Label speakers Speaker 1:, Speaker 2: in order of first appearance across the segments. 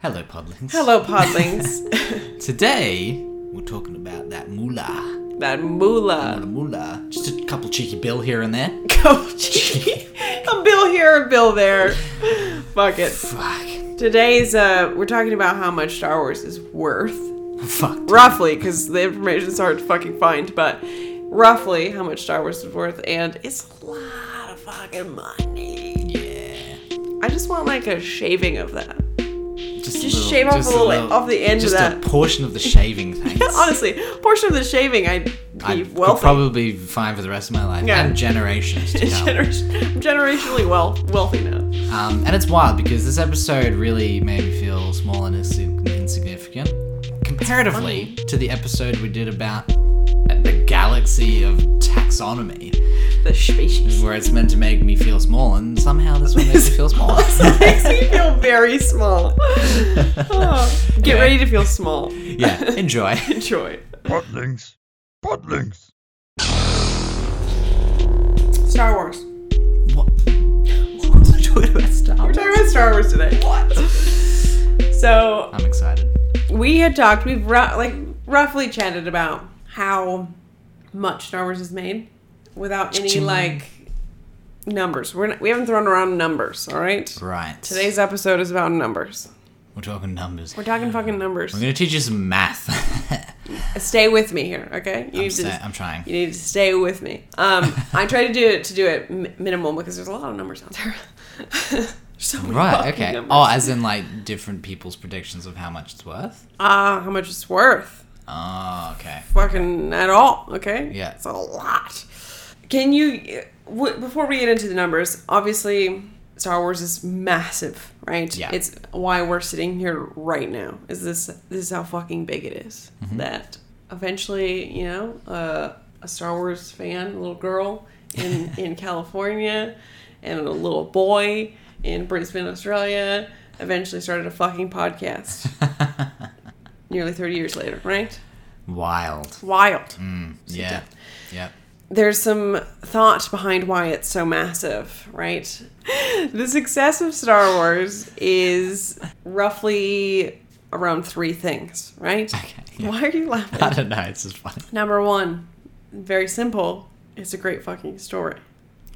Speaker 1: Hello, Podlings.
Speaker 2: Hello, podlings.
Speaker 1: Today, we're talking about that moolah. What
Speaker 2: that
Speaker 1: a
Speaker 2: moolah.
Speaker 1: moolah. Just a couple cheeky bill here and there.
Speaker 2: Coachy. a bill here, a bill there. Fuck it.
Speaker 1: Fuck.
Speaker 2: Today's, uh, we're talking about how much Star Wars is worth.
Speaker 1: Fuck. dude.
Speaker 2: Roughly, because the information's hard to fucking find, but roughly how much Star Wars is worth, and it's a lot of fucking money.
Speaker 1: Yeah.
Speaker 2: I just want like a shaving of that.
Speaker 1: Just, a
Speaker 2: Just shave off a little- off the end of
Speaker 1: Just
Speaker 2: that.
Speaker 1: a portion of the shaving, thanks.
Speaker 2: Honestly, a portion of the shaving, I'd be
Speaker 1: I
Speaker 2: wealthy.
Speaker 1: could probably be fine for the rest of my life
Speaker 2: Yeah.
Speaker 1: and generations to come.
Speaker 2: Generation- I'm generationally well wealthy now.
Speaker 1: Um, and it's wild because this episode really made me feel small and insig- insignificant comparatively to the episode we did about the galaxy of taxonomy,
Speaker 2: The species.
Speaker 1: where it's meant to make me feel small, and somehow this one makes me feel small.
Speaker 2: It makes me feel very small. Oh, get
Speaker 1: Yeah.
Speaker 2: ready to feel small.
Speaker 1: yeah, enjoy.
Speaker 2: Enjoy.
Speaker 3: Podlings. Podlings.
Speaker 2: Star Wars.
Speaker 1: What? What was I talking about? Star
Speaker 2: We're
Speaker 1: Wars?
Speaker 2: talking about Star Wars today. What? So
Speaker 1: I'm excited.
Speaker 2: we had talked. We've ru- like roughly chatted about how much Star Wars is made, without any
Speaker 1: Cha-ching.
Speaker 2: like numbers. We're not, we haven't thrown around numbers. All right.
Speaker 1: Right.
Speaker 2: Today's episode is about numbers.
Speaker 1: we're talking numbers.
Speaker 2: We're talking fucking numbers.
Speaker 1: I'm gonna teach you some math.
Speaker 2: Stay with me here, okay?
Speaker 1: I'm,
Speaker 2: You need to
Speaker 1: sa- I'm trying.
Speaker 2: You need to stay with me. Um, I try to do it to do it mi- minimal because there's a lot of numbers out there. There's so many
Speaker 1: Right.
Speaker 2: fucking
Speaker 1: Okay.
Speaker 2: numbers.
Speaker 1: Oh, as in like different people's predictions of how much it's worth.
Speaker 2: Ah, how much it's worth?
Speaker 1: Oh, okay.
Speaker 2: Fucking at all? Okay.
Speaker 1: Yeah.
Speaker 2: it's a lot. Can you? W- before we get into the numbers, obviously, Star Wars is massive, right?
Speaker 1: Yeah.
Speaker 2: It's why we're sitting here right now. Is this this is how fucking big it is
Speaker 1: Mm-hmm.
Speaker 2: that eventually, you know, uh, a Star Wars fan, a little girl in in California, and a little boy in Brisbane, Australia, eventually started a fucking podcast. Nearly thirty years later, right?
Speaker 1: Wild. Hmm,
Speaker 2: Wild.
Speaker 1: Yeah. Yeah.
Speaker 2: there's some thought behind why it's so massive, right? The success of Star Wars is roughly around three things, right?
Speaker 1: Okay, yeah.
Speaker 2: Why are you
Speaker 1: I
Speaker 2: laughing?
Speaker 1: don't know. It's just funny.
Speaker 2: Number one, very simple, it's a great fucking story.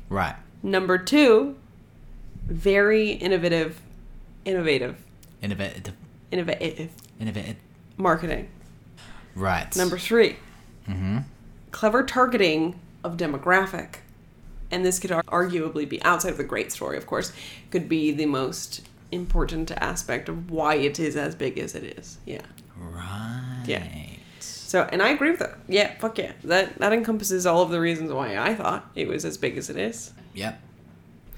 Speaker 1: Right.
Speaker 2: Number two, very innovative, innovative,
Speaker 1: Innovative.
Speaker 2: innovative
Speaker 1: Innovative.
Speaker 2: marketing.
Speaker 1: Right.
Speaker 2: Number 3
Speaker 1: Mm-hmm.
Speaker 2: clever targeting of demographic. And this could ar- arguably be outside of the great story, of course, could be the most important aspect of why it is as big as it is. Yeah.
Speaker 1: Right.
Speaker 2: So, and I agree with that. Yeah, fuck yeah. That that encompasses all of the reasons why I thought it was as big as it is.
Speaker 1: Yep.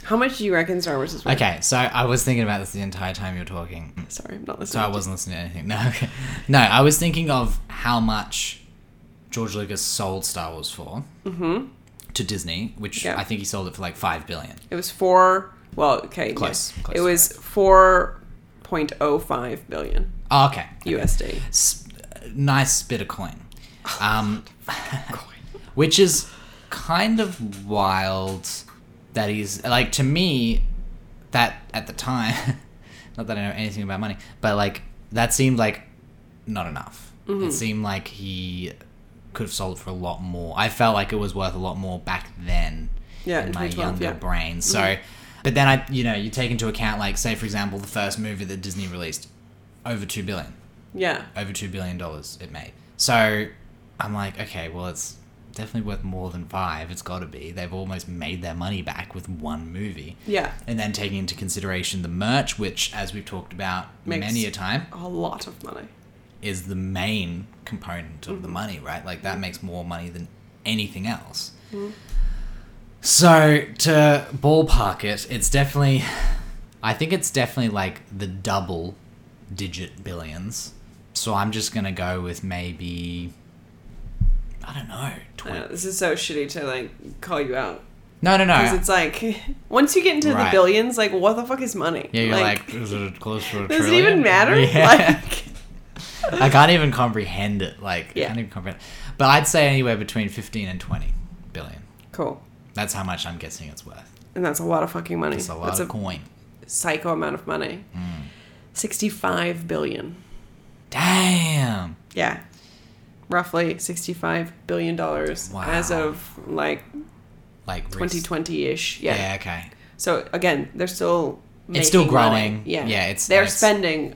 Speaker 2: How much do you reckon Star Wars is worth?
Speaker 1: Okay. So I was thinking about this the entire time you were talking.
Speaker 2: Sorry, I'm not
Speaker 1: So
Speaker 2: listening.
Speaker 1: I wasn't listening to anything. No. Okay. No, I was thinking of how much George Lucas sold Star Wars for to Disney, which
Speaker 2: Yeah.
Speaker 1: I think he sold it for like five billion.
Speaker 2: it was four. Well, okay,
Speaker 1: Close,
Speaker 2: yeah.
Speaker 1: close
Speaker 2: it was four point oh five billion
Speaker 1: Oh, okay.
Speaker 2: USD.
Speaker 1: s- nice bit of coin. Um, which is kind of wild that he's like to me that at the time not that I know anything about money, but like that seemed like not enough.
Speaker 2: Mm-hmm.
Speaker 1: It seemed like he could have sold for a lot more. I felt like it was worth a lot more back then
Speaker 2: Yeah,
Speaker 1: in
Speaker 2: in
Speaker 1: my
Speaker 2: 2012,
Speaker 1: younger
Speaker 2: yeah. Mm-hmm.
Speaker 1: brain. So but then I you know, you take into account like say for example the first movie that Disney released over 2 billion
Speaker 2: Yeah.
Speaker 1: over two billion dollars it made. So I'm like, okay, well it's definitely worth more than five. It's got to be. They've almost made their money back with one movie.
Speaker 2: Yeah.
Speaker 1: And then taking into consideration the merch, which, as we've talked about
Speaker 2: Makes-
Speaker 1: many a time,
Speaker 2: a lot of money.
Speaker 1: is the main component of
Speaker 2: Mm-hmm.
Speaker 1: the money, right? Like that makes more money than anything else.
Speaker 2: Mm-hmm.
Speaker 1: So to ballpark it, it's definitely, I think it's definitely like the double digit billions. So I'm just gonna go with maybe, I don't know,
Speaker 2: I know,
Speaker 1: twenty.
Speaker 2: Uh, this is so shitty to like call you out
Speaker 1: No, no,
Speaker 2: because
Speaker 1: no.
Speaker 2: it's like once you get into
Speaker 1: Ah. Right.
Speaker 2: the billions, like what the fuck is money?
Speaker 1: Yeah, you're like, is it close to a
Speaker 2: does it
Speaker 1: trillion?
Speaker 2: even matter?
Speaker 1: Yeah.
Speaker 2: Like,
Speaker 1: I can't even comprehend it. Like, I
Speaker 2: Yeah.
Speaker 1: can't even comprehend. But I'd say anywhere between fifteen and twenty billion.
Speaker 2: cool.
Speaker 1: That's how much I'm guessing it's worth.
Speaker 2: And that's a lot of fucking money.
Speaker 1: It's a lot
Speaker 2: that's
Speaker 1: of coin. Hmm.
Speaker 2: psycho amount of money. 65 billion.
Speaker 1: Damn.
Speaker 2: Yeah. Roughly 65 billion dollars
Speaker 1: Wow.
Speaker 2: as of like
Speaker 1: Like recent-
Speaker 2: 2020-ish.
Speaker 1: Yeah.
Speaker 2: Yeah.
Speaker 1: okay.
Speaker 2: So again, they're still
Speaker 1: It's still
Speaker 2: making money.
Speaker 1: growing.
Speaker 2: Yeah.
Speaker 1: Yeah, it's-
Speaker 2: they're
Speaker 1: it's-
Speaker 2: spending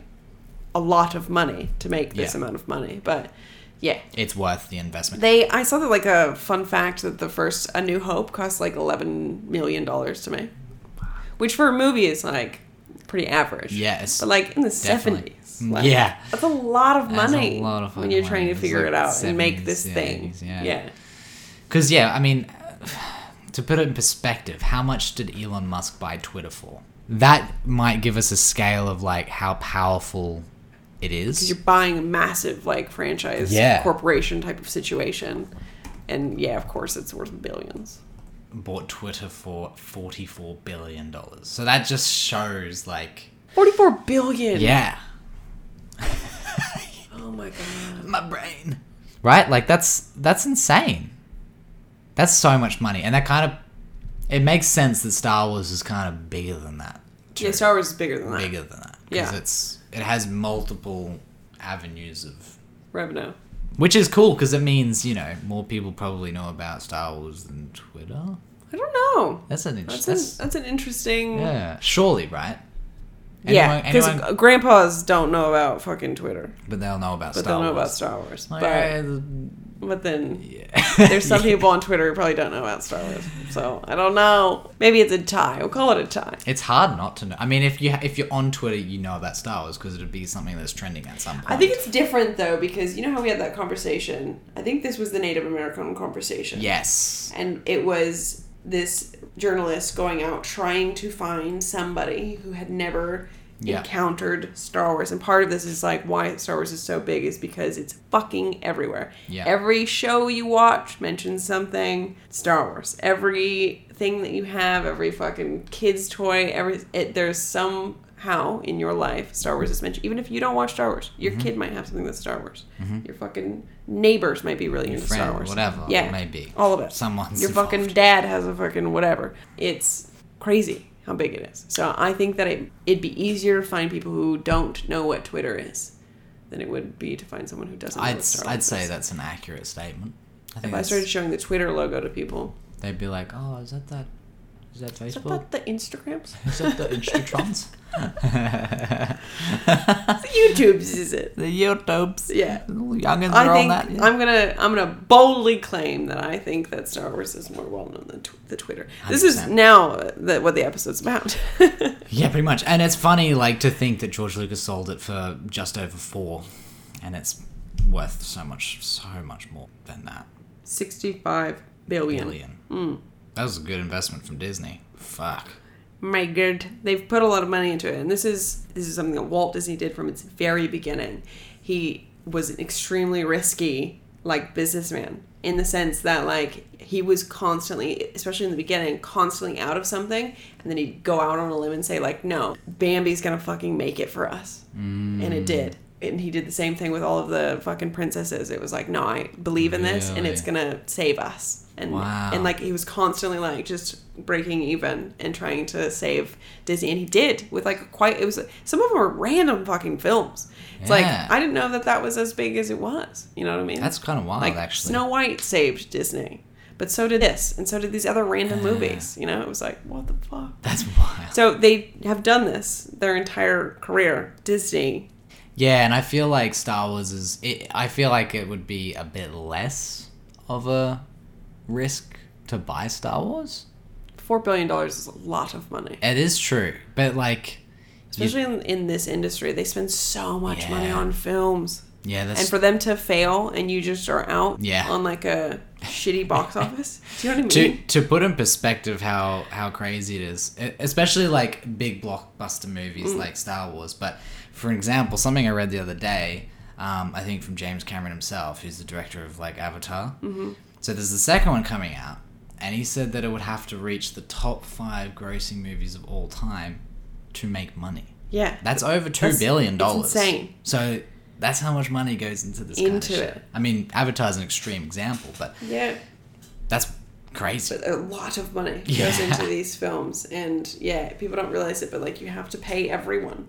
Speaker 2: a lot of money to make this
Speaker 1: Yeah.
Speaker 2: amount of money, but yeah.
Speaker 1: It's worth the investment.
Speaker 2: They I saw that like a fun fact that the first A New Hope cost like 11 million dollars to make. Which for a movie is like pretty average.
Speaker 1: Yes.
Speaker 2: But like in the
Speaker 1: Definitely. Mm,
Speaker 2: 70s. like,
Speaker 1: Yeah.
Speaker 2: That's a lot of
Speaker 1: That's a
Speaker 2: money
Speaker 1: lot of
Speaker 2: when you're
Speaker 1: fucking
Speaker 2: trying
Speaker 1: money.
Speaker 2: to
Speaker 1: It's
Speaker 2: figure
Speaker 1: like
Speaker 2: it out and make
Speaker 1: 70s,
Speaker 2: this
Speaker 1: yeah,
Speaker 2: thing.
Speaker 1: 80s, yeah.
Speaker 2: Yeah.
Speaker 1: Because, yeah, I mean, to put it in perspective, how much did Elon Musk buy Twitter for? That might give us a scale of like how powerful it is.
Speaker 2: You're buying a massive like franchise
Speaker 1: Yeah.
Speaker 2: corporation type of situation. And yeah, of course it's worth billions.
Speaker 1: Bought Twitter for forty-four billion dollars. So that just shows, like,
Speaker 2: 44 billion.
Speaker 1: yeah,
Speaker 2: Oh my god.
Speaker 1: my brain, right? Like that's that's insane. That's so much money, and that kind of it makes sense that Star Wars is kind of bigger than that.
Speaker 2: Yeah, Star Wars is bigger than that.
Speaker 1: bigger than that
Speaker 2: Yeah.
Speaker 1: because it's it has multiple avenues of
Speaker 2: Revenue.
Speaker 1: which is cool because it means you know more people probably know about Star Wars than Twitter.
Speaker 2: I don't know.
Speaker 1: That's an
Speaker 2: That's
Speaker 1: interesting.
Speaker 2: an, that's an interesting. Yeah,
Speaker 1: yeah, surely right.
Speaker 2: because
Speaker 1: anyone, anyone,
Speaker 2: grandpas don't know about fucking Twitter,
Speaker 1: but they'll know about
Speaker 2: but
Speaker 1: Star
Speaker 2: they'll know about
Speaker 1: Wars.
Speaker 2: Star Wars.
Speaker 1: Like,
Speaker 2: but, but then there's some people on Twitter who probably don't know about Star Wars. So I don't know. Maybe it's a tie. We'll call it a tie.
Speaker 1: It's hard not to know. I mean, if you if you're on Twitter, you know about Star Wars because it'd be something that's trending at some point.
Speaker 2: I think it's different though because you know how we had that conversation. I think this was the Native American conversation.
Speaker 1: yes,
Speaker 2: and it was this journalist going out trying to find somebody who had never
Speaker 1: Yeah.
Speaker 2: encountered Star Wars. And part of this is like why Star Wars is so big is because it's fucking everywhere.
Speaker 1: Yeah.
Speaker 2: Every show you watch mentions something Star Wars. Every thing that you have, every fucking kids toy, every it, there's somehow in your life Star Wars is mentioned. Even if you don't watch Star Wars, your
Speaker 1: Mm-hmm.
Speaker 2: kid might have something that's Star Wars. Your fucking neighbors might be really into Star
Speaker 1: friend,
Speaker 2: Wars.
Speaker 1: whatever,
Speaker 2: yeah,
Speaker 1: maybe.
Speaker 2: all of it.
Speaker 1: Someone's
Speaker 2: your fucking
Speaker 1: involved.
Speaker 2: dad has a fucking whatever. It's crazy how big it is. So I think that it it'd be easier to find people who don't know what Twitter is than it would be to find someone who doesn't. know
Speaker 1: I'd
Speaker 2: what Star
Speaker 1: I'd
Speaker 2: Wars
Speaker 1: say
Speaker 2: is.
Speaker 1: that's an accurate statement. I think
Speaker 2: If I
Speaker 1: that's-
Speaker 2: started showing the Twitter logo to people,
Speaker 1: they'd be like, "Oh, is that that? Is that
Speaker 2: is that
Speaker 1: Facebook?
Speaker 2: about the Instagrams?
Speaker 1: Is that the Instatrons?
Speaker 2: the YouTubes is it?
Speaker 1: the YouTubes?
Speaker 2: Yeah.
Speaker 1: youngins
Speaker 2: I
Speaker 1: are
Speaker 2: think
Speaker 1: on that. yeah.
Speaker 2: I'm gonna I'm gonna boldly claim that I think that Star Wars is more well known than tw- the Twitter. This is
Speaker 1: 100%.
Speaker 2: now uh, the, what the episode's about.
Speaker 1: Yeah, pretty much. And it's funny, like, to think that George Lucas sold it for just over four, and it's worth so much, so much more than that.
Speaker 2: Sixty five billion. Hmm.
Speaker 1: Billion. That was a good investment from Disney. Fuck.
Speaker 2: my god they've put a lot of money into it and this is this is something that walt disney did from its very beginning he was an extremely risky like businessman in the sense that like he was constantly especially in the beginning constantly out of something and then he'd go out on a limb and say like no bambi's gonna fucking make it for us and
Speaker 1: Mm.
Speaker 2: it did and he did the same thing with all of the fucking princesses it was like no i believe in this and
Speaker 1: Really?
Speaker 2: it's gonna save us and
Speaker 1: Wow.
Speaker 2: and like he was constantly like just breaking even and trying to save Disney, and he did with like quite. It was some of them were random fucking films. It's
Speaker 1: Yeah.
Speaker 2: like I didn't know that that was as big as it was. You know what I mean?
Speaker 1: That's kind of wild,
Speaker 2: like
Speaker 1: actually.
Speaker 2: Snow White saved Disney, but so did this, and so did these other random movies. You know, it was like what the fuck.
Speaker 1: That's wild.
Speaker 2: So they have done this their entire career. Disney,
Speaker 1: Yeah, and I feel like Star Wars is. It, I feel like it would be a bit less of a risk to buy Star Wars.
Speaker 2: four billion dollars is a lot of money.
Speaker 1: It is true, but like, you-
Speaker 2: Especially in, in this industry, they spend so much money
Speaker 1: Yeah.
Speaker 2: on films.
Speaker 1: yeah, that's
Speaker 2: and for them to fail and you just are out
Speaker 1: Yeah.
Speaker 2: on like a shitty box office do you know what i
Speaker 1: to
Speaker 2: mean
Speaker 1: to put in perspective how how crazy it is, e- especially like big blockbuster
Speaker 2: Mm.
Speaker 1: movies like Star Wars. But for example, something I read the other day, um, I think from James Cameron himself, who's the director of like Avatar. Mm-hmm. So there's the second one coming out, and he said that it would have to reach the top five grossing movies of all time to make money.
Speaker 2: yeah
Speaker 1: That's over two
Speaker 2: That's-
Speaker 1: billion dollars.
Speaker 2: it's insane.
Speaker 1: So that's how much money goes into this. kind of
Speaker 2: Into
Speaker 1: shit.
Speaker 2: it.
Speaker 1: I mean, Avatar's an extreme example, but
Speaker 2: yeah
Speaker 1: that's crazy.
Speaker 2: but a lot of money
Speaker 1: Yeah.
Speaker 2: goes into these films and yeah people don't realize it but like you have to pay everyone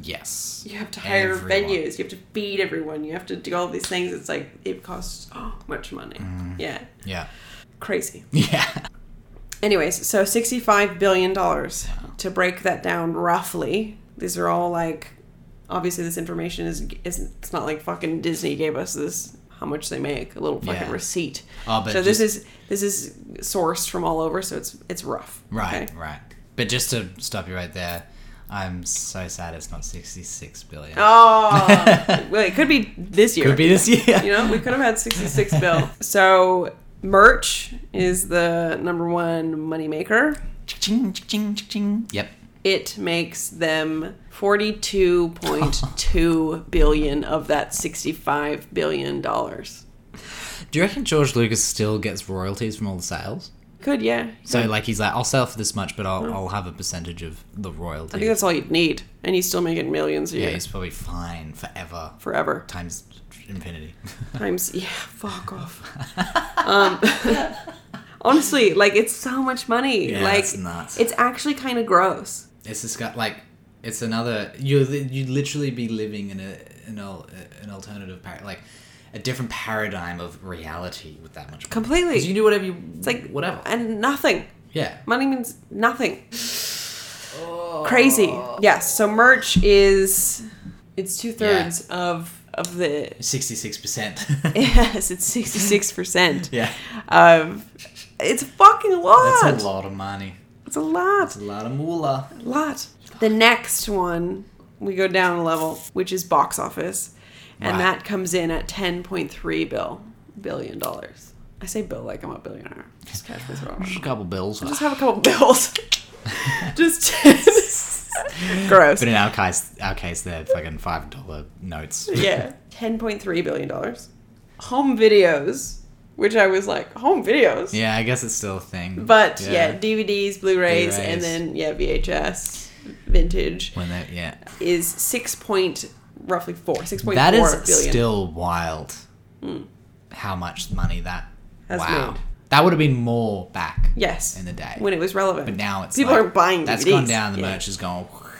Speaker 1: Yes.
Speaker 2: You have to hire
Speaker 1: Everyone.
Speaker 2: venues. You have to feed everyone. You have to do all these things. It's like it costs so much money.
Speaker 1: Mm.
Speaker 2: Yeah,
Speaker 1: Yeah.
Speaker 2: crazy.
Speaker 1: Yeah.
Speaker 2: Anyways, so sixty-five billion dollars to break that down roughly. These are all like, obviously, this information is isn't. It's not like fucking Disney gave us this. How much they make? A little fucking
Speaker 1: Yeah.
Speaker 2: receipt.
Speaker 1: Oh, but
Speaker 2: so this
Speaker 1: just-
Speaker 2: is this is sourced from all over. So it's it's rough.
Speaker 1: Right,
Speaker 2: okay?
Speaker 1: right. But just to stop you right there, I'm so sad it's not 66 billion.
Speaker 2: Oh, well, it could be this year.
Speaker 1: Could be this year.
Speaker 2: You know, we could have had 66 bill. So merch is the number one moneymaker.
Speaker 1: Ching, ching, ching, ching. Yep.
Speaker 2: It makes them 42.2 billion of that 65 billion dollars.
Speaker 1: Do you reckon George Lucas still gets royalties from all the sales?
Speaker 2: Could yeah.
Speaker 1: So like he's like, I'll sell for this much, but I'll,
Speaker 2: Mm.
Speaker 1: I'll have a percentage of the royalty.
Speaker 2: I think that's all you'd need, and you still make it millions a
Speaker 1: yeah,
Speaker 2: year
Speaker 1: he's probably fine forever
Speaker 2: forever.
Speaker 1: times infinity.
Speaker 2: Times yeah, fuck off. um, honestly, like it's so much money.
Speaker 1: Yeah,
Speaker 2: like
Speaker 1: it's nuts.
Speaker 2: it's actually kind of gross.
Speaker 1: it's this guy like it's another you you literally be living in a an, al- an alternative par- like a different paradigm of reality with that much money.
Speaker 2: Completely.
Speaker 1: 'Cause you can do whatever you
Speaker 2: It's like
Speaker 1: whatever
Speaker 2: and nothing.
Speaker 1: yeah
Speaker 2: Money means nothing. Crazy.
Speaker 1: Oh.
Speaker 2: Yes. So merch is it's two thirds of of the.
Speaker 1: 66%
Speaker 2: Yes, it's sixty six percent
Speaker 1: yeah
Speaker 2: of. It's a fucking lot.
Speaker 1: that's a lot of money
Speaker 2: It's a lot.
Speaker 1: it's a lot of moolah
Speaker 2: lot. The next one we go down a level, which is box office, and
Speaker 1: Right.
Speaker 2: that comes in at ten point three bill billion dollars. I say bill like I'm a billionaire. Just catch this wrong.
Speaker 1: just a couple bills
Speaker 2: just have a couple bills. just gross.
Speaker 1: but in our case our case they're fucking five dollar notes
Speaker 2: Yeah, ten point three billion dollars. Home videos, which I was like, home videos.
Speaker 1: yeah i guess it's still a thing
Speaker 2: But yeah, DVDs, Blu-rays, and
Speaker 1: Blu-rays.
Speaker 2: then yeah, VHS, vintage
Speaker 1: when they yeah
Speaker 2: is six point roughly four, six point four
Speaker 1: That
Speaker 2: billion. Hmm.
Speaker 1: is still wild. How much money that?
Speaker 2: Has
Speaker 1: wow,
Speaker 2: made.
Speaker 1: that would have been more back.
Speaker 2: yes
Speaker 1: in the day.
Speaker 2: when it was relevant.
Speaker 1: but now it's
Speaker 2: people
Speaker 1: like,
Speaker 2: are buying.
Speaker 1: That's
Speaker 2: DVDs.
Speaker 1: gone down. The
Speaker 2: Yeah.
Speaker 1: merch is gone.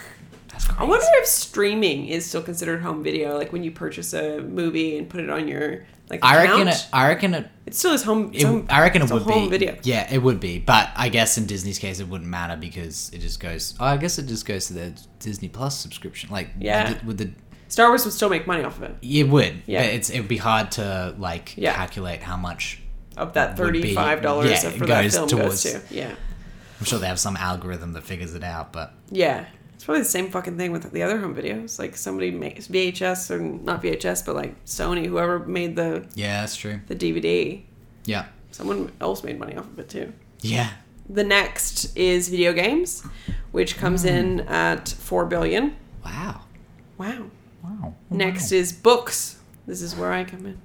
Speaker 1: That's crazy.
Speaker 2: I wonder if streaming is still considered home video, like when you purchase a movie and put it on your like.
Speaker 1: I
Speaker 2: account.
Speaker 1: reckon. It, I reckon it.
Speaker 2: It still is home. It's
Speaker 1: it
Speaker 2: home
Speaker 1: I reckon it
Speaker 2: it's a
Speaker 1: would
Speaker 2: home
Speaker 1: be.
Speaker 2: video.
Speaker 1: Yeah, it would be. But I guess in Disney's case, it wouldn't matter because it just goes. Oh, I guess it just goes to the Disney Plus subscription. Like,
Speaker 2: Yeah.
Speaker 1: with the
Speaker 2: Star Wars would still make money off of it.
Speaker 1: it would.
Speaker 2: Yeah.
Speaker 1: But it's it would be hard to like
Speaker 2: Yeah.
Speaker 1: calculate how much.
Speaker 2: Of that
Speaker 1: Would be-
Speaker 2: thirty-five dollars
Speaker 1: yeah,
Speaker 2: for
Speaker 1: it
Speaker 2: that
Speaker 1: goes
Speaker 2: film
Speaker 1: towards-
Speaker 2: goes to. Yeah,
Speaker 1: I'm sure they have some algorithm that figures it out, but
Speaker 2: yeah. It's probably the same fucking thing with the other home videos. Like somebody makes VHS or not VHS, but like Sony, whoever made the
Speaker 1: yeah, that's true.
Speaker 2: the DVD,
Speaker 1: Yeah.
Speaker 2: someone else made money off of it too.
Speaker 1: Yeah.
Speaker 2: The next is video games, which
Speaker 1: Hmm.
Speaker 2: comes in at four billion.
Speaker 1: Wow.
Speaker 2: Wow.
Speaker 1: Wow.
Speaker 2: Next is books. This is where I come in.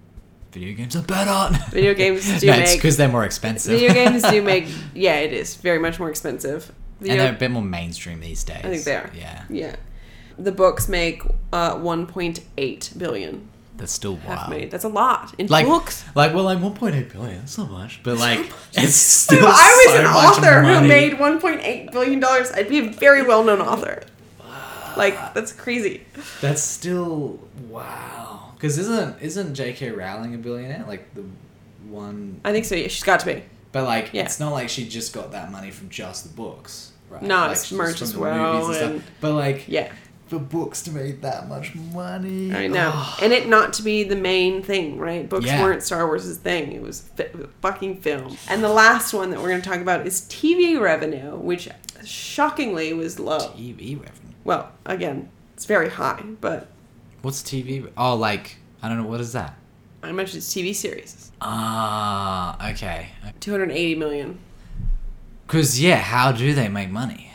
Speaker 1: Video games are better.
Speaker 2: Video games do
Speaker 1: no, it's
Speaker 2: make-
Speaker 1: because they're more expensive.
Speaker 2: Video games do make yeah, it is very much more expensive.
Speaker 1: and
Speaker 2: Video-
Speaker 1: they're a bit more mainstream these days.
Speaker 2: I think they are.
Speaker 1: Yeah,
Speaker 2: Yeah. The books make uh, 1.8 billion.
Speaker 1: that's still
Speaker 2: Half
Speaker 1: wild.
Speaker 2: made. That's a lot in
Speaker 1: Like,
Speaker 2: books.
Speaker 1: like, well, like 1.8 billion. That's not much, but like, it's still.
Speaker 2: I was
Speaker 1: so
Speaker 2: an
Speaker 1: much
Speaker 2: author
Speaker 1: money.
Speaker 2: who made 1.8 billion dollars. I'd be a very well-known author. Like that's crazy.
Speaker 1: That's still wow. Because isn't isn't J.K. Rowling a billionaire? Like the one,
Speaker 2: I think so. Yeah, she's got to be.
Speaker 1: but like,
Speaker 2: Yeah.
Speaker 1: it's not like she just got that money from just the books. Right?
Speaker 2: No,
Speaker 1: Like,
Speaker 2: it's
Speaker 1: just
Speaker 2: merch
Speaker 1: from
Speaker 2: as
Speaker 1: the
Speaker 2: well,
Speaker 1: movies
Speaker 2: and-
Speaker 1: But like,
Speaker 2: Yeah,
Speaker 1: for books to make that much money,
Speaker 2: I know. And it not to be the main thing, right? Books
Speaker 1: Oh. Yeah.
Speaker 2: weren't Star Wars' thing. It was fi- fucking film. And the last one that we're going to talk about is TV revenue, which shockingly was low.
Speaker 1: TV revenue.
Speaker 2: Well, again, it's very high, but
Speaker 1: What's TV? re- Oh, like I don't know what is that.
Speaker 2: I mentioned it's TV series.
Speaker 1: Ah, okay.
Speaker 2: 280 million.
Speaker 1: Because yeah, how do they make money?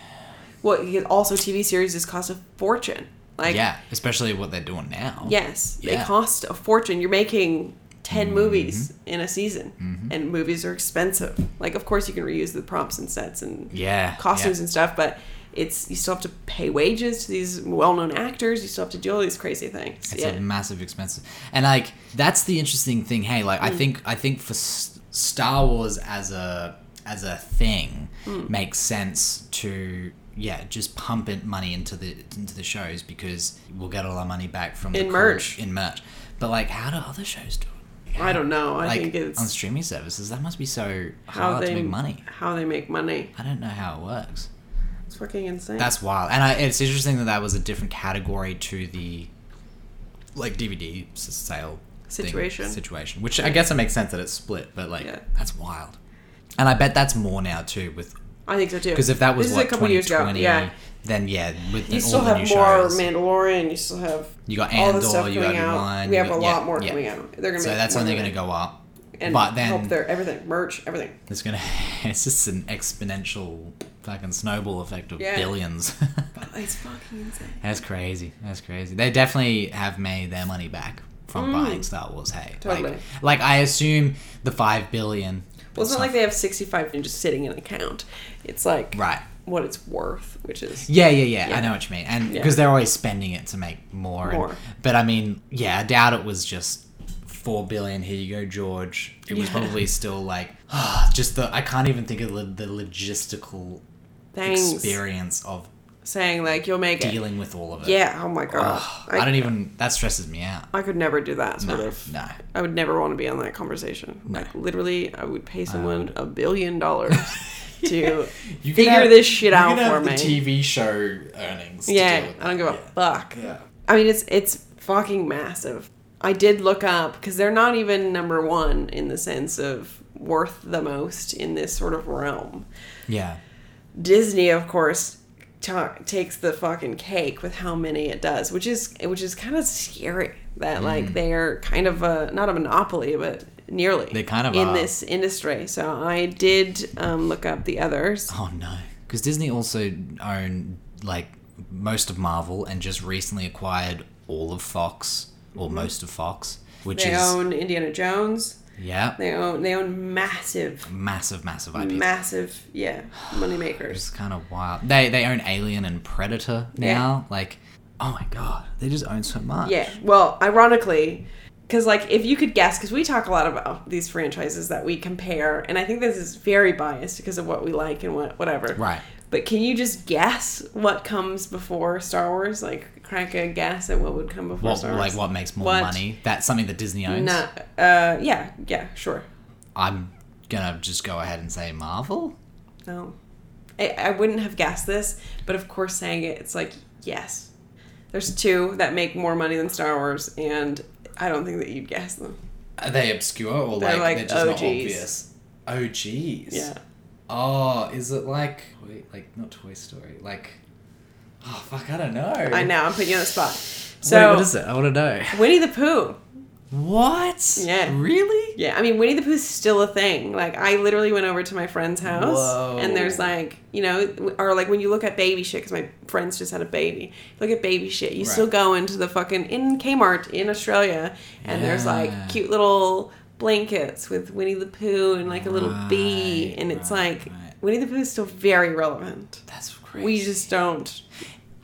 Speaker 2: Well, you- also TV series just cost a fortune. Like,
Speaker 1: yeah, especially what they're doing now.
Speaker 2: yes, they
Speaker 1: Yeah. Mm-hmm.
Speaker 2: cost a fortune. You're making 10 movies in a season, and movies are expensive. Like, of course, you can reuse the props and sets and
Speaker 1: Yeah.
Speaker 2: costumes and stuff, but it's you still have to pay wages to these well-known actors. You still have to do all these crazy things.
Speaker 1: It's
Speaker 2: yeah.
Speaker 1: a massive expense, and like that's the interesting thing. Hey, like I
Speaker 2: Mm.
Speaker 1: think I think for S-
Speaker 2: Mm.
Speaker 1: Star Wars as a as a thing makes sense to yeah, just pumping money into the into the shows because we'll get all our money back from
Speaker 2: In
Speaker 1: the
Speaker 2: merch.
Speaker 1: crew- in merch. But like, how do other shows do it?
Speaker 2: I don't know. I
Speaker 1: like,
Speaker 2: think it's
Speaker 1: on streaming services. That must be so
Speaker 2: how
Speaker 1: hard to
Speaker 2: they
Speaker 1: make money.
Speaker 2: How they make money?
Speaker 1: I don't know how it works.
Speaker 2: It's fucking insane.
Speaker 1: That's wild, and I, it's interesting that that was a different category to the like DVD s- sale thing-
Speaker 2: Situation.
Speaker 1: situation, which I guess it makes sense that it's split, but like
Speaker 2: Yeah.
Speaker 1: that's wild. And I bet that's more now too, with
Speaker 2: I think so too.
Speaker 1: because if that was
Speaker 2: this
Speaker 1: what
Speaker 2: is a couple years ago,
Speaker 1: 2020,
Speaker 2: yeah.
Speaker 1: then yeah, with
Speaker 2: You
Speaker 1: all
Speaker 2: still
Speaker 1: the
Speaker 2: have
Speaker 1: new
Speaker 2: more
Speaker 1: shows,
Speaker 2: Mandalorian. You still have
Speaker 1: you got
Speaker 2: all
Speaker 1: Andor,
Speaker 2: the stuff
Speaker 1: you
Speaker 2: coming
Speaker 1: got
Speaker 2: out.
Speaker 1: Obi-Wan,
Speaker 2: we have
Speaker 1: you
Speaker 2: a
Speaker 1: got-
Speaker 2: lot
Speaker 1: yeah,
Speaker 2: more
Speaker 1: yeah.
Speaker 2: coming out. They're gonna
Speaker 1: So
Speaker 2: make
Speaker 1: that's
Speaker 2: more
Speaker 1: only
Speaker 2: money.
Speaker 1: going to go up,
Speaker 2: and
Speaker 1: but then
Speaker 2: help their everything merch everything.
Speaker 1: it's going to it's just an exponential fucking snowball effect of
Speaker 2: Yeah.
Speaker 1: billions.
Speaker 2: It's fucking insane.
Speaker 1: That's crazy. That's crazy. They definitely have made their money back from buying Star Wars. Hey,
Speaker 2: Mm. Totally.
Speaker 1: Like, like I assume the five billion.
Speaker 2: Well, it's not
Speaker 1: stuff-
Speaker 2: like they have sixty-five and just sitting in an account. It's like
Speaker 1: right.
Speaker 2: what it's worth, which is
Speaker 1: Yeah, yeah, yeah, I
Speaker 2: Yeah.
Speaker 1: know what you mean, and
Speaker 2: Yeah.
Speaker 1: because they're always spending it to make more. and-
Speaker 2: More.
Speaker 1: but I mean, yeah, I doubt it was just four billion. Here you go, George. It was
Speaker 2: Yeah.
Speaker 1: probably still like ah, just the. I can't even think of the, the logistical
Speaker 2: thanks
Speaker 1: experience of
Speaker 2: saying like you'll make it.
Speaker 1: dealing with all of it.
Speaker 2: Yeah. Oh my god.
Speaker 1: Ugh,
Speaker 2: I,
Speaker 1: I don't even. That stresses me out.
Speaker 2: I could never do that sort
Speaker 1: No,
Speaker 2: of.
Speaker 1: no.
Speaker 2: I would never want to be on that conversation. Like literally, I would pay someone a billion dollars to
Speaker 1: Um. You
Speaker 2: figure this shit
Speaker 1: you
Speaker 2: out
Speaker 1: can have
Speaker 2: for
Speaker 1: the
Speaker 2: me.
Speaker 1: TV show earnings. to deal
Speaker 2: yeah,
Speaker 1: with
Speaker 2: I don't give a
Speaker 1: that.
Speaker 2: fuck.
Speaker 1: Yeah.
Speaker 2: I mean, it's it's fucking massive. I did look up because they're not even number one in the sense of worth the most in this sort of realm.
Speaker 1: Yeah.
Speaker 2: Disney, of course, ta takes the fucking cake with how many it does, which is which is kind of scary that
Speaker 1: Mm.
Speaker 2: like they are kind of a not a monopoly, but nearly
Speaker 1: They kind of
Speaker 2: in
Speaker 1: are.
Speaker 2: this industry. So I did um, look up the others.
Speaker 1: Oh no, because Disney also own like most of Marvel and just recently acquired all of Fox or most of Fox, which
Speaker 2: They
Speaker 1: is
Speaker 2: own Indiana Jones.
Speaker 1: yeah,
Speaker 2: They own they own massive,
Speaker 1: massive, massive IPs.
Speaker 2: massive, yeah, money makers.
Speaker 1: It's kind of wild. They they own Alien and Predator now. Like, oh my god, they just own so much.
Speaker 2: Yeah. Well, ironically, because like if you could guess, because we talk a lot about these franchises that we compare, and I think this is very biased because of what we like and what whatever.
Speaker 1: Right.
Speaker 2: But can you just guess what comes before Star Wars? Like crack a guess at what would come before
Speaker 1: What
Speaker 2: Star Wars?
Speaker 1: like what makes more
Speaker 2: What?
Speaker 1: money? That's something that Disney owns.
Speaker 2: No. Uh. Yeah. Yeah. Sure.
Speaker 1: I'm gonna just go ahead and say Marvel.
Speaker 2: No. I, I wouldn't have guessed this, but of course, saying it, it's like yes. There's two that make more money than Star Wars, and I don't think that you'd guess them.
Speaker 1: Are they obscure or
Speaker 2: They're
Speaker 1: like,
Speaker 2: like
Speaker 1: they're just
Speaker 2: OGs.
Speaker 1: not obvious? Oh geez.
Speaker 2: Yeah.
Speaker 1: Oh, is it like wait, like not Toy Story? Like oh fuck, I don't know.
Speaker 2: I know. I'm putting you on the spot. So
Speaker 1: So what is it? I want to know.
Speaker 2: Winnie the Pooh.
Speaker 1: What?
Speaker 2: Yeah.
Speaker 1: Really?
Speaker 2: Yeah, I mean Winnie the Pooh's still a thing. Like I literally went over to my friend's house,
Speaker 1: Whoa.
Speaker 2: and there's like you know, or like when you look at baby shit, because my friends just had a baby. Look at baby shit. You still
Speaker 1: Right.
Speaker 2: go into the fucking in Kmart in Australia, and there's
Speaker 1: Yeah.
Speaker 2: like cute little blankets with Winnie the Pooh and like a little bee,
Speaker 1: Right,
Speaker 2: and it's
Speaker 1: right,
Speaker 2: like
Speaker 1: right.
Speaker 2: Winnie the Pooh's still very relevant.
Speaker 1: That's crazy.
Speaker 2: We just don't.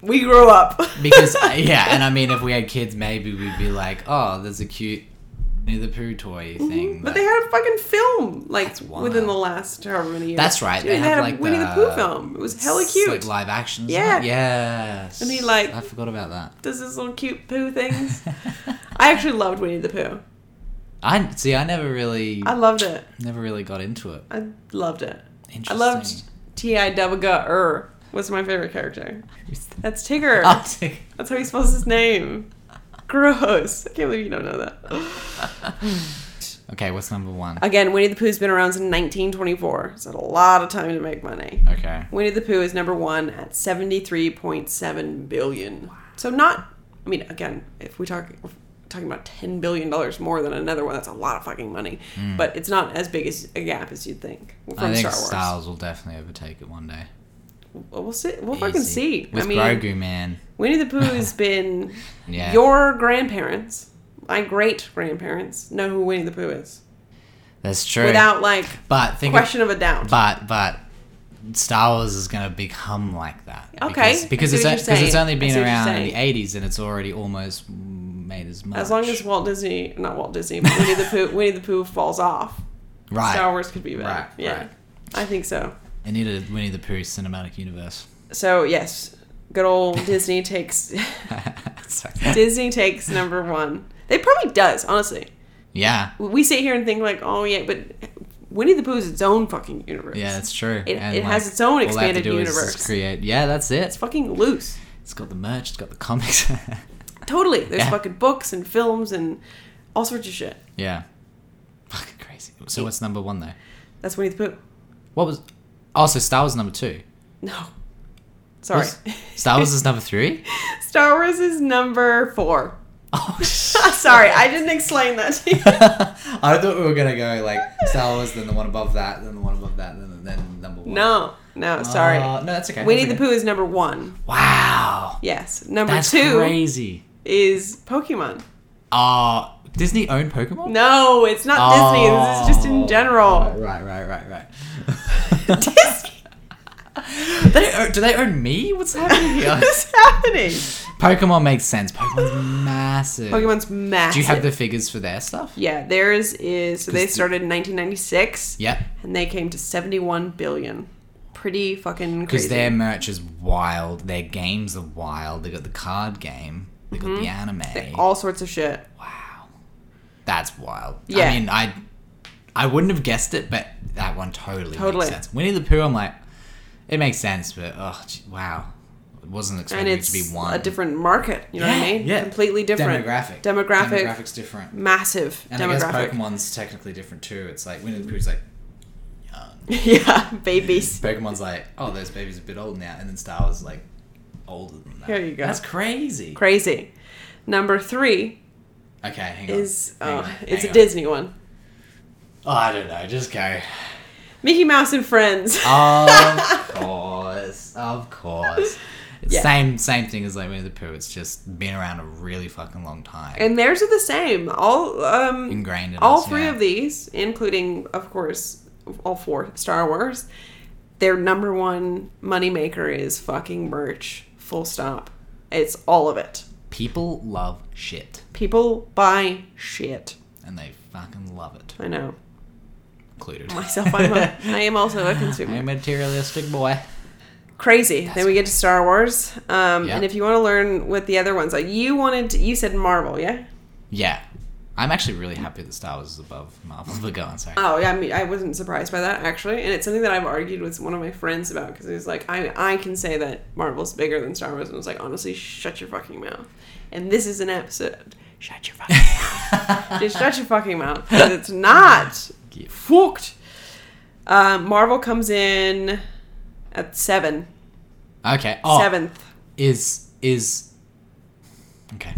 Speaker 2: We grew up
Speaker 1: because yeah, and I mean, if we had kids, maybe we'd be like, oh, there's a cute Winnie the Pooh toy thing.
Speaker 2: Mm-hmm.
Speaker 1: that-
Speaker 2: But they had a fucking film like
Speaker 1: That's wild.
Speaker 2: within the last however many years.
Speaker 1: that's right.
Speaker 2: Dude,
Speaker 1: they, have
Speaker 2: had
Speaker 1: like
Speaker 2: a Winnie the, Pooh film. It was hella
Speaker 1: it's
Speaker 2: cute.
Speaker 1: Like live action. isn't
Speaker 2: Yeah.
Speaker 1: It? Yes.
Speaker 2: And he, like-
Speaker 1: I forgot about that.
Speaker 2: Does this little cute poo things? I actually loved Winnie the Pooh.
Speaker 1: I see. I never really,
Speaker 2: I loved it.
Speaker 1: never really got into it.
Speaker 2: I loved it. I
Speaker 1: Interesting.
Speaker 2: loved T I Double Ur was my favorite character. That's Tigger.
Speaker 1: I'll take-
Speaker 2: That's how he spells his name. Gross. I can't believe you don't know that.
Speaker 1: okay, what's number one?
Speaker 2: Again, Winnie the Pooh's been around since 1924. It's had a lot of time to make money.
Speaker 1: Okay.
Speaker 2: Winnie the Pooh is number one at 73.7 billion. So not, I mean, again, if we talk if we're talking about 10 billion dollars more than another one, that's a lot of fucking money. But it's not as big as a gap as you'd think from
Speaker 1: Hmm. I think
Speaker 2: Star Wars.
Speaker 1: Styles will definitely overtake it one day.
Speaker 2: Well, We'll see. We'll fucking
Speaker 1: Easy.
Speaker 2: see.
Speaker 1: With
Speaker 2: I mean,
Speaker 1: Grogu, man.
Speaker 2: Winnie the Pooh has been
Speaker 1: Yeah.
Speaker 2: your grandparents, my great grandparents, know who Winnie the Pooh is
Speaker 1: That's true.
Speaker 2: without like
Speaker 1: but think of-
Speaker 2: question of a doubt.
Speaker 1: but but Star Wars is going to become like that. Because,
Speaker 2: Okay, I
Speaker 1: because
Speaker 2: see
Speaker 1: it's
Speaker 2: what
Speaker 1: o-
Speaker 2: you're
Speaker 1: because it's
Speaker 2: saying.
Speaker 1: only
Speaker 2: I
Speaker 1: been
Speaker 2: see what you're
Speaker 1: around in
Speaker 2: saying.
Speaker 1: the '80s and it's already almost made as much.
Speaker 2: as long as Walt Disney, not Walt Disney, but Winnie the Pooh, Winnie the Pooh falls off,
Speaker 1: right,
Speaker 2: Star Wars could be better.
Speaker 1: Right,
Speaker 2: yeah.
Speaker 1: right.
Speaker 2: I think so.
Speaker 1: they need a Winnie the Pooh cinematic universe.
Speaker 2: So yes, good old Disney takes
Speaker 1: Sorry.
Speaker 2: Disney takes number one. They probably does, honestly.
Speaker 1: yeah,
Speaker 2: We sit here and think like, oh yeah, but Winnie the Pooh is its own fucking universe.
Speaker 1: yeah, that's true.
Speaker 2: It-
Speaker 1: And,
Speaker 2: it has its own
Speaker 1: all I have to
Speaker 2: expanded
Speaker 1: do is just
Speaker 2: universe.
Speaker 1: create. Yeah, that's
Speaker 2: It's
Speaker 1: it.
Speaker 2: fucking loose.
Speaker 1: It's got the merch. It's got the comics.
Speaker 2: Totally. There's
Speaker 1: Yeah.
Speaker 2: fucking books and films and all sorts of shit.
Speaker 1: yeah, fucking crazy. So what's number one though?
Speaker 2: That's Winnie the Pooh.
Speaker 1: What was? Oh, so Star Wars number two.
Speaker 2: No. Sorry.
Speaker 1: Was- Star Wars is number three.
Speaker 2: Star Wars is number four.
Speaker 1: Oh shit.
Speaker 2: Sorry, I didn't explain that to you.
Speaker 1: I thought we were gonna go like Star Wars, then the one above that, then the one above that, then then number one.
Speaker 2: No, no, sorry.
Speaker 1: Uh, no, that's okay.
Speaker 2: Winnie the
Speaker 1: that's
Speaker 2: Pooh is number one.
Speaker 1: Wow,
Speaker 2: Yes. Number
Speaker 1: that's
Speaker 2: two
Speaker 1: crazy.
Speaker 2: is Pokemon.
Speaker 1: Uh Disney owned Pokemon.
Speaker 2: No, it's not Disney. This is just
Speaker 1: Oh.
Speaker 2: in general.
Speaker 1: Right, right, right, right. right. they own, do they own me? What's happening here?
Speaker 2: What's happening?
Speaker 1: Pokemon makes sense. Pokemon's massive.
Speaker 2: Pokemon's massive.
Speaker 1: Do you have the figures for their stuff?
Speaker 2: Yeah, theirs is. So they
Speaker 1: Because the-
Speaker 2: started in 1996.
Speaker 1: Yeah,
Speaker 2: And they came to 71 billion. Pretty fucking crazy.
Speaker 1: because their merch is wild. Their games are wild. They got the card game. They got the anime.
Speaker 2: Mm-hmm. all sorts of shit.
Speaker 1: Wow. That's wild.
Speaker 2: Yeah.
Speaker 1: I mean, I I wouldn't have guessed it, but that one totally,
Speaker 2: Totally.
Speaker 1: makes sense. Winnie the Pooh, I'm like, it makes sense, but oh, gee, wow. It wasn't
Speaker 2: And
Speaker 1: expecting it
Speaker 2: it's
Speaker 1: to be one.
Speaker 2: a different market. You know what I
Speaker 1: Yeah,
Speaker 2: mean?
Speaker 1: yeah.
Speaker 2: Completely different.
Speaker 1: demographic.
Speaker 2: Demographic.
Speaker 1: Demographic's different.
Speaker 2: Massive
Speaker 1: And I guess
Speaker 2: demographic.
Speaker 1: Pokemon's technically different too. It's like Winnie the Pooh's like young.
Speaker 2: yeah, babies.
Speaker 1: Pokemon's like, oh, those babies are a bit old now. And then Star Wars is like older than that.
Speaker 2: There you go.
Speaker 1: That's crazy.
Speaker 2: Crazy. Number three
Speaker 1: okay, hang on.
Speaker 2: is
Speaker 1: hang
Speaker 2: uh,
Speaker 1: on,
Speaker 2: it's
Speaker 1: Oh, hang
Speaker 2: a
Speaker 1: on.
Speaker 2: Disney one.
Speaker 1: Oh, I don't know. Just go.
Speaker 2: Mickey Mouse and Friends.
Speaker 1: Ah. Of course, of course. It's
Speaker 2: Yeah.
Speaker 1: Same same thing as like Winnie the Pooh. It's just been around a really fucking long time.
Speaker 2: and theirs are the same. All um,
Speaker 1: Ingrained in
Speaker 2: all
Speaker 1: us,
Speaker 2: three
Speaker 1: yeah.
Speaker 2: of these, including of course all four Star Wars, their number one moneymaker is fucking merch. Full stop. It's all of it.
Speaker 1: People love shit,
Speaker 2: People buy shit.
Speaker 1: and they fucking love it.
Speaker 2: I know.
Speaker 1: Included
Speaker 2: Myself, I'm a, I am also a consumer.
Speaker 1: I'm a materialistic boy.
Speaker 2: crazy. then we get to Star Wars. Um,
Speaker 1: Yeah.
Speaker 2: And if you want to learn what the other ones are, you wanted, to, you said Marvel, yeah?
Speaker 1: Yeah, I'm actually really happy that Star Wars is above Marvel. But go on, sorry.
Speaker 2: Oh, yeah. I mean, I wasn't surprised by that actually, and it's something that I've argued with one of my friends about because he was like, I, I can say that Marvel's bigger than Star Wars, and I was like, honestly, shut your fucking mouth. And this is an episode. Shut your fucking mouth. Just shut your fucking mouth. 'cause It's not
Speaker 1: Yeah.
Speaker 2: fucked. Um, Marvel comes in at seven,
Speaker 1: Okay. Oh,
Speaker 2: seventh.
Speaker 1: is is okay.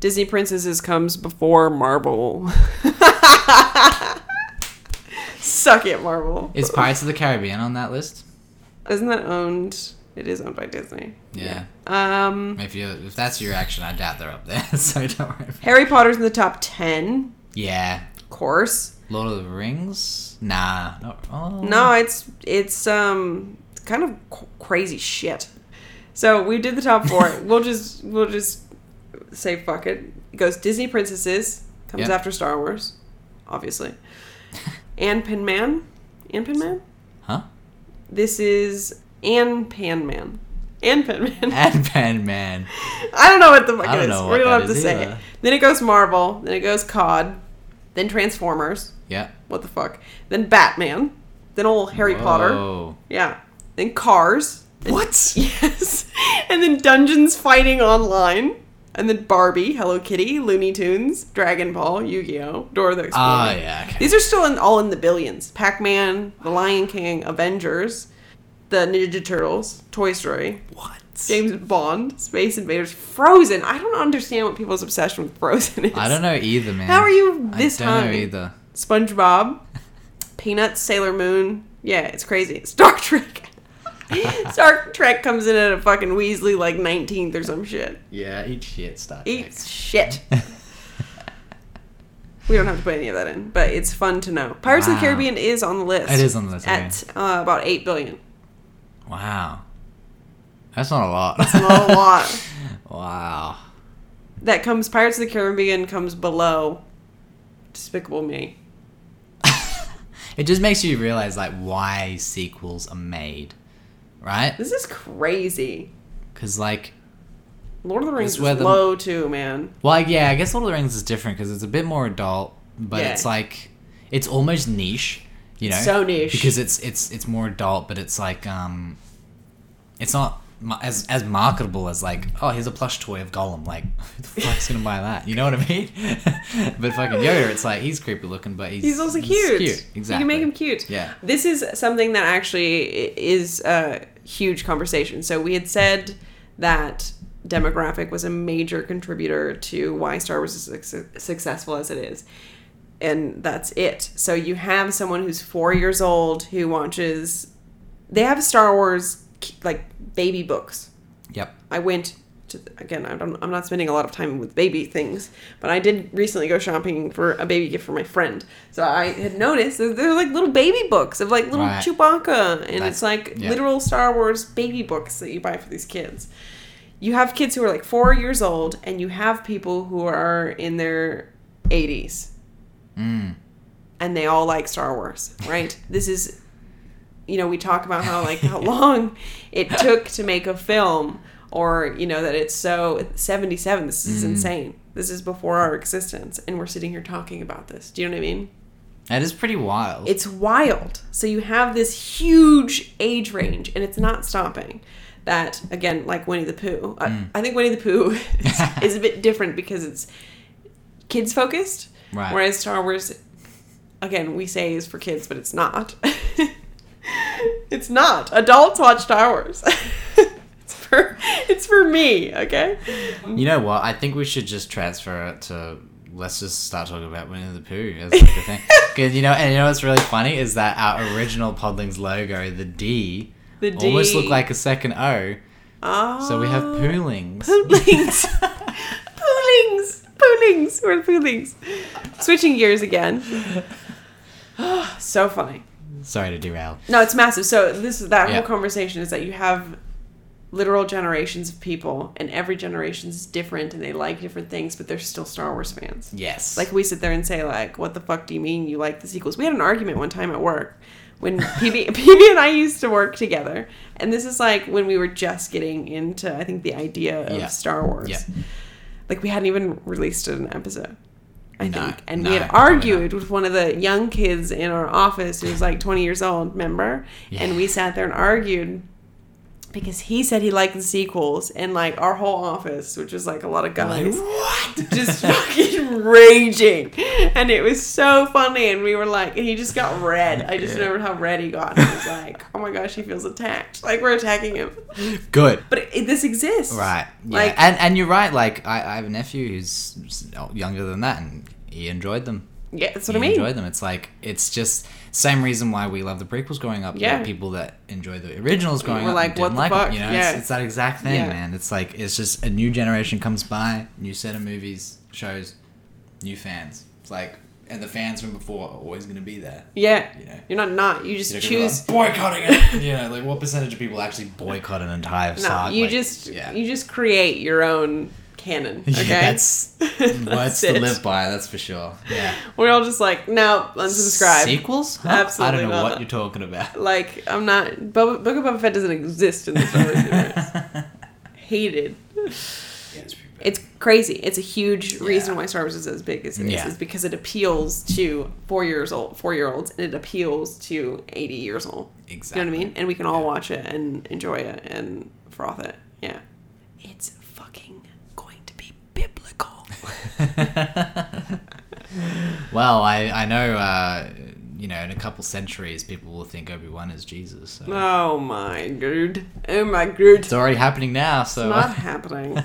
Speaker 2: Disney Princesses comes before Marvel. Suck it, Marvel.
Speaker 1: Is Pirates of the Caribbean on that list?
Speaker 2: Isn't that owned? It is owned by Disney.
Speaker 1: Yeah.
Speaker 2: Um,
Speaker 1: If you if that's your action, I doubt they're up there. So don't worry. about it.
Speaker 2: Harry Potter's in the top ten,
Speaker 1: Yeah.
Speaker 2: of course.
Speaker 1: Lord of the Rings? Nah. Not, oh.
Speaker 2: No, it's it's um it's kind of c- crazy shit. So we did the top four. we'll just we'll just say fuck it. It goes Disney Princesses comes
Speaker 1: Yep.
Speaker 2: after Star Wars, obviously. and Pin Man, and Pin Man.
Speaker 1: Huh?
Speaker 2: This is Ann Panman. Ann Panman.
Speaker 1: And Pan Man.
Speaker 2: I don't know what the fuck
Speaker 1: I
Speaker 2: it
Speaker 1: don't
Speaker 2: is.
Speaker 1: know
Speaker 2: we
Speaker 1: what
Speaker 2: don't
Speaker 1: that
Speaker 2: have to
Speaker 1: is
Speaker 2: say
Speaker 1: either.
Speaker 2: it. Then it goes Marvel. Then it goes COD. Then Transformers.
Speaker 1: Yeah.
Speaker 2: What the fuck? Then Batman. Then old Harry Potter.
Speaker 1: Whoa.
Speaker 2: Yeah. Then Cars.
Speaker 1: What?
Speaker 2: Yes. And then Dungeons Fighting Online. And then Barbie, Hello Kitty, Looney Tunes, Dragon Ball, Yu Gi Oh, Dora the Explorer.
Speaker 1: Oh, yeah. Okay.
Speaker 2: These are still in, all in the billions. Pac Man, The Lion King, Avengers, The Ninja Turtles, Toy Story,
Speaker 1: What?
Speaker 2: James Bond, Space Invaders, Frozen. I don't understand what people's obsession with Frozen is.
Speaker 1: I don't know either, man.
Speaker 2: How are you this
Speaker 1: I don't
Speaker 2: high?
Speaker 1: know either.
Speaker 2: SpongeBob, Peanuts, Sailor Moon. Yeah, it's crazy. Star Trek. Star Trek comes in at a fucking Weasley like 19th or some shit.
Speaker 1: Yeah, eat shit, Star
Speaker 2: Eat shit. we don't have to put any of that in, but it's fun to know. Pirates of the
Speaker 1: Wow.
Speaker 2: Caribbean is on the list.
Speaker 1: It is on the list,
Speaker 2: At uh, about 8 billion.
Speaker 1: Wow. That's not a lot.
Speaker 2: Not a lot.
Speaker 1: wow.
Speaker 2: That comes, Pirates of the Caribbean comes below Despicable Me.
Speaker 1: It just makes you realize, like, why sequels are made. right?
Speaker 2: This is crazy.
Speaker 1: Because like,
Speaker 2: Lord of the Rings
Speaker 1: It's
Speaker 2: is
Speaker 1: where the-
Speaker 2: low too, man.
Speaker 1: well, like, yeah, I guess Lord of the Rings is different because it's a bit more adult, but
Speaker 2: Yeah.
Speaker 1: it's like, it's almost niche, you know?
Speaker 2: So niche.
Speaker 1: because it's it's it's more adult, but it's like um, it's not ma- as as marketable as like oh here's a plush toy of Gollum. Like who the fuck's gonna buy that? You know what I mean? but fucking Yoda, it's like he's creepy looking, but he's
Speaker 2: He's also cute.
Speaker 1: Exactly.
Speaker 2: You can make him cute.
Speaker 1: Yeah.
Speaker 2: This is something that actually i- is a huge conversation. So we had said that demographic was a major contributor to why Star Wars is suc- successful as it is. And that's it. So you have someone who's 4 years old who watches they have Star Wars like baby books
Speaker 1: Yep.
Speaker 2: I went to again. I don't, I'm not spending a lot of time with baby things, but I did recently go shopping for a baby gift for my friend. So I had noticed that they're like little baby books of like little
Speaker 1: Right.
Speaker 2: Chewbacca, and
Speaker 1: That's-
Speaker 2: it's like
Speaker 1: yeah.
Speaker 2: literal Star Wars baby books that you buy for these kids. You have kids who are like four years old, and you have people who are in their 80s,
Speaker 1: Mm.
Speaker 2: and they all like Star Wars, right? this is you know, we talk about how like how long it took to make a film, or you know that it's so seventy seven. This
Speaker 1: Mm.
Speaker 2: is insane. This is before our existence, and we're sitting here talking about this. Do you know what I mean?
Speaker 1: That is pretty wild.
Speaker 2: It's wild. So you have this huge age range, and it's not stopping. That again, like Winnie the Pooh.
Speaker 1: Hmm.
Speaker 2: I, I think Winnie the Pooh is, is a bit different because it's kids focused,
Speaker 1: Right.
Speaker 2: whereas Star Wars, again, we say is for kids, but it's not. it's not. Adults watch Star Wars. it's for it's for me. Okay.
Speaker 1: you know what? I think we should just transfer it to. Let's just start talking about Winnie the Pooh as like a thing. Because you know, and you know what's really funny is that our original Podlings logo, the D,
Speaker 2: The D
Speaker 1: almost looked like a second O.
Speaker 2: Ah.
Speaker 1: So we have Poolings.
Speaker 2: Poolings. poolings. Poolings. We're poolings. Switching gears again. so funny.
Speaker 1: Sorry to derail.
Speaker 2: No, it's massive. So this is that
Speaker 1: Yeah.
Speaker 2: whole conversation is that you have literal generations of people and every generation is different and they like different things, but they're still Star Wars fans.
Speaker 1: Yes.
Speaker 2: Like we sit there and say, like, what the fuck do you mean you like the sequels? We had an argument one time at work when PB, PB and I used to work together, and this is like when we were just getting into, I think, the idea of
Speaker 1: Yeah.
Speaker 2: Star Wars.
Speaker 1: Yeah.
Speaker 2: Like we hadn't even released an episode. I
Speaker 1: No,
Speaker 2: think. And
Speaker 1: no,
Speaker 2: we had
Speaker 1: probably not.
Speaker 2: argued with one of the young kids in our office who was like 20 years old, remember? And we sat there and argued because he said he liked the sequels and like our whole office, which was like a lot of guys
Speaker 1: what?
Speaker 2: just fucking raging. And it was so funny. And we were like, and he just got red. I just remembered how red he got. And I was like, oh my gosh, he feels attacked. Like we're attacking him.
Speaker 1: good.
Speaker 2: But it, this exists.
Speaker 1: Right. Yeah.
Speaker 2: Like-
Speaker 1: and and you're right. Like I, I have a nephew who's s- younger than that, and he enjoyed them.
Speaker 2: Yeah, that's
Speaker 1: He
Speaker 2: what I mean.
Speaker 1: enjoyed them. It's like it's just same reason why we love the prequels growing up.
Speaker 2: Yeah.
Speaker 1: The people that enjoy the originals growing
Speaker 2: We're
Speaker 1: up
Speaker 2: like,
Speaker 1: didn't
Speaker 2: what the
Speaker 1: like them,
Speaker 2: fuck?
Speaker 1: You know,
Speaker 2: Yeah.
Speaker 1: it's, it's that exact thing,
Speaker 2: Yeah.
Speaker 1: man. It's like it's just a new generation comes by, new set of movies, shows, new fans. It's like and the fans from before are always going to be there.
Speaker 2: Yeah.
Speaker 1: You know.
Speaker 2: You're not not. You just
Speaker 1: They're gonna be
Speaker 2: choose.
Speaker 1: like, boycotting it. you know, like what percentage of people actually boycott an entire
Speaker 2: No,
Speaker 1: saga?
Speaker 2: you
Speaker 1: Like,
Speaker 2: just
Speaker 1: yeah.
Speaker 2: you just create your own canon. Okay.
Speaker 1: Yeah, that's words to
Speaker 2: it.
Speaker 1: live by. That's for sure. Yeah.
Speaker 2: We're all just like, no, unsubscribe.
Speaker 1: Sequels? Huh?
Speaker 2: Absolutely
Speaker 1: I don't know
Speaker 2: not.
Speaker 1: what you're talking about.
Speaker 2: like I'm not. Book, Book of Boba Fett doesn't exist in the Star Wars universe. Hated. It's crazy. It's a huge reason why Star Wars is as big as it is,
Speaker 1: Yeah.
Speaker 2: is because it appeals to four years old, four year olds, and it appeals to eighty years old. You know
Speaker 1: Exactly.
Speaker 2: what I mean? And we can all watch it and enjoy it and froth it. Yeah. It's fucking going to be biblical.
Speaker 1: well, I I know uh, you know in a couple centuries people will think Obi Wan is Jesus. So.
Speaker 2: oh my god. Oh my god.
Speaker 1: It's already happening now. So
Speaker 2: Not happening.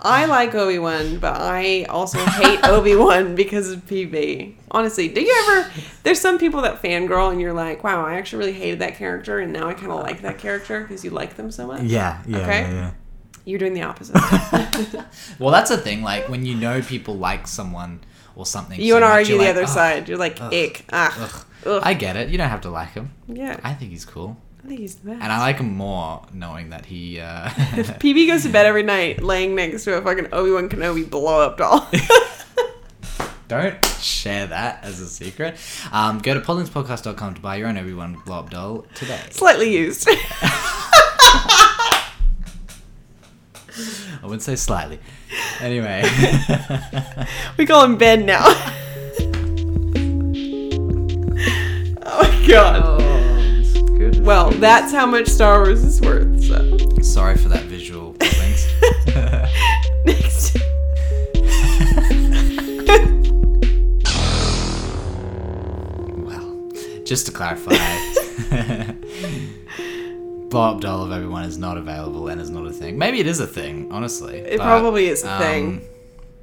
Speaker 2: I like Obi Wan, but I also hate Obi Wan because of PB. Honestly, do you ever? There's some people that fangirl, and you're like, "Wow, I actually really hated that character, and now I kind of like that character because you like them so much."
Speaker 1: yeah, yeah,
Speaker 2: Okay. yeah, yeah. You're doing the opposite.
Speaker 1: Well, that's the thing. Like when you know people like someone or something,
Speaker 2: you
Speaker 1: so
Speaker 2: want to
Speaker 1: much,
Speaker 2: argue
Speaker 1: you're
Speaker 2: the
Speaker 1: like,
Speaker 2: other
Speaker 1: "Ugh,
Speaker 2: side. You're like,
Speaker 1: ugh,
Speaker 2: "Ick, ah,
Speaker 1: Ugh.
Speaker 2: ugh."
Speaker 1: I get it. You don't have to like him.
Speaker 2: yeah." I,
Speaker 1: I think he's cool,
Speaker 2: think he's the best.
Speaker 1: and I like him more knowing that he. Uh,
Speaker 2: PB goes to bed every night laying next to a fucking Obi Wan Kenobi blow up doll.
Speaker 1: Don't share that as a secret. Um, go to podlingspodcast.com to buy your own everyone blow up doll today.
Speaker 2: Slightly used.
Speaker 1: wouldn't say slightly. Anyway.
Speaker 2: We call him Ben now. oh my god.
Speaker 1: Good.
Speaker 2: Well, that's how much Star Wars is worth. So
Speaker 1: Sorry for that visual. Thanks.
Speaker 2: next.
Speaker 1: Well, just to clarify, Bob doll of everyone is not available and is not a thing. Maybe it is a thing, honestly. um,
Speaker 2: It probably is a thing.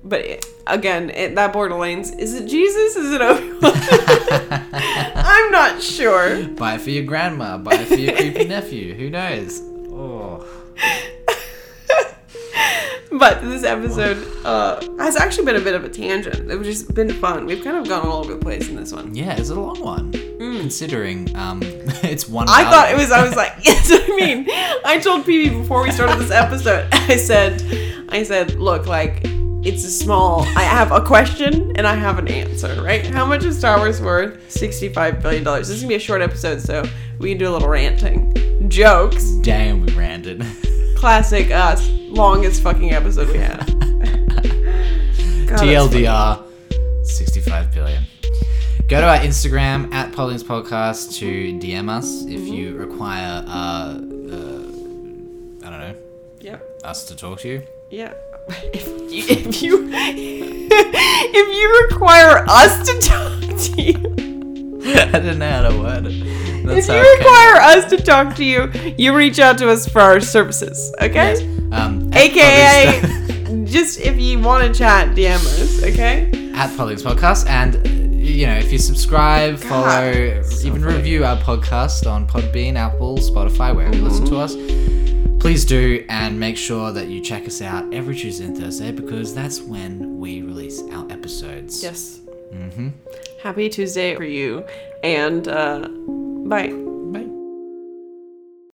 Speaker 2: But it, again, it, that Borderlands is it Jesus? Is it Obi Wan? I'm not sure.
Speaker 1: Buy it for your grandma. Buy it for your creepy nephew. Who knows? Oh,
Speaker 2: But this episode uh, has actually been a bit of a tangent. It's just been fun. We've kind of gone all over the place in this one.
Speaker 1: yeah, it's a long one. Considering um, it's one.
Speaker 2: Hmm. I thought it
Speaker 1: hour.
Speaker 2: was. I was like, yes. I mean, I told PB before we started this episode. I said, I said, look, like it's a small. I have a question and I have an answer. Right? How much is Star Wars worth? Sixty-five billion dollars. This is gonna be a short episode, so we can do a little ranting, jokes,
Speaker 1: Damn, we ranted.
Speaker 2: classic us. Longest fucking episode we had.
Speaker 1: Oh,
Speaker 2: God, that's funny.
Speaker 1: TLDR, 65 billion. Go to our Instagram at Pauline's Podcast to DM us if you require, uh, uh, I don't know,
Speaker 2: Yep.
Speaker 1: us to talk to you.
Speaker 2: Yeah. If you, if you if you require us to talk to you,
Speaker 1: I didn't know how to word it. That's
Speaker 2: if
Speaker 1: how
Speaker 2: you
Speaker 1: it came out.
Speaker 2: require us to talk to you, you reach out to us for our services, okay?
Speaker 1: Yes. Um, at
Speaker 2: AKA,
Speaker 1: Pauline's-
Speaker 2: just if you want to chat, DM us, okay?
Speaker 1: at Pauline's Podcast. And, uh, you know, if you subscribe, follow, even review our podcast on Podbean, Apple, Spotify, wherever you listen to us, please do. And make sure that you check us out every Tuesday and Thursday because that's when we release our episodes.
Speaker 2: Yes. Mm-hmm. Happy Tuesday for you, and uh, bye.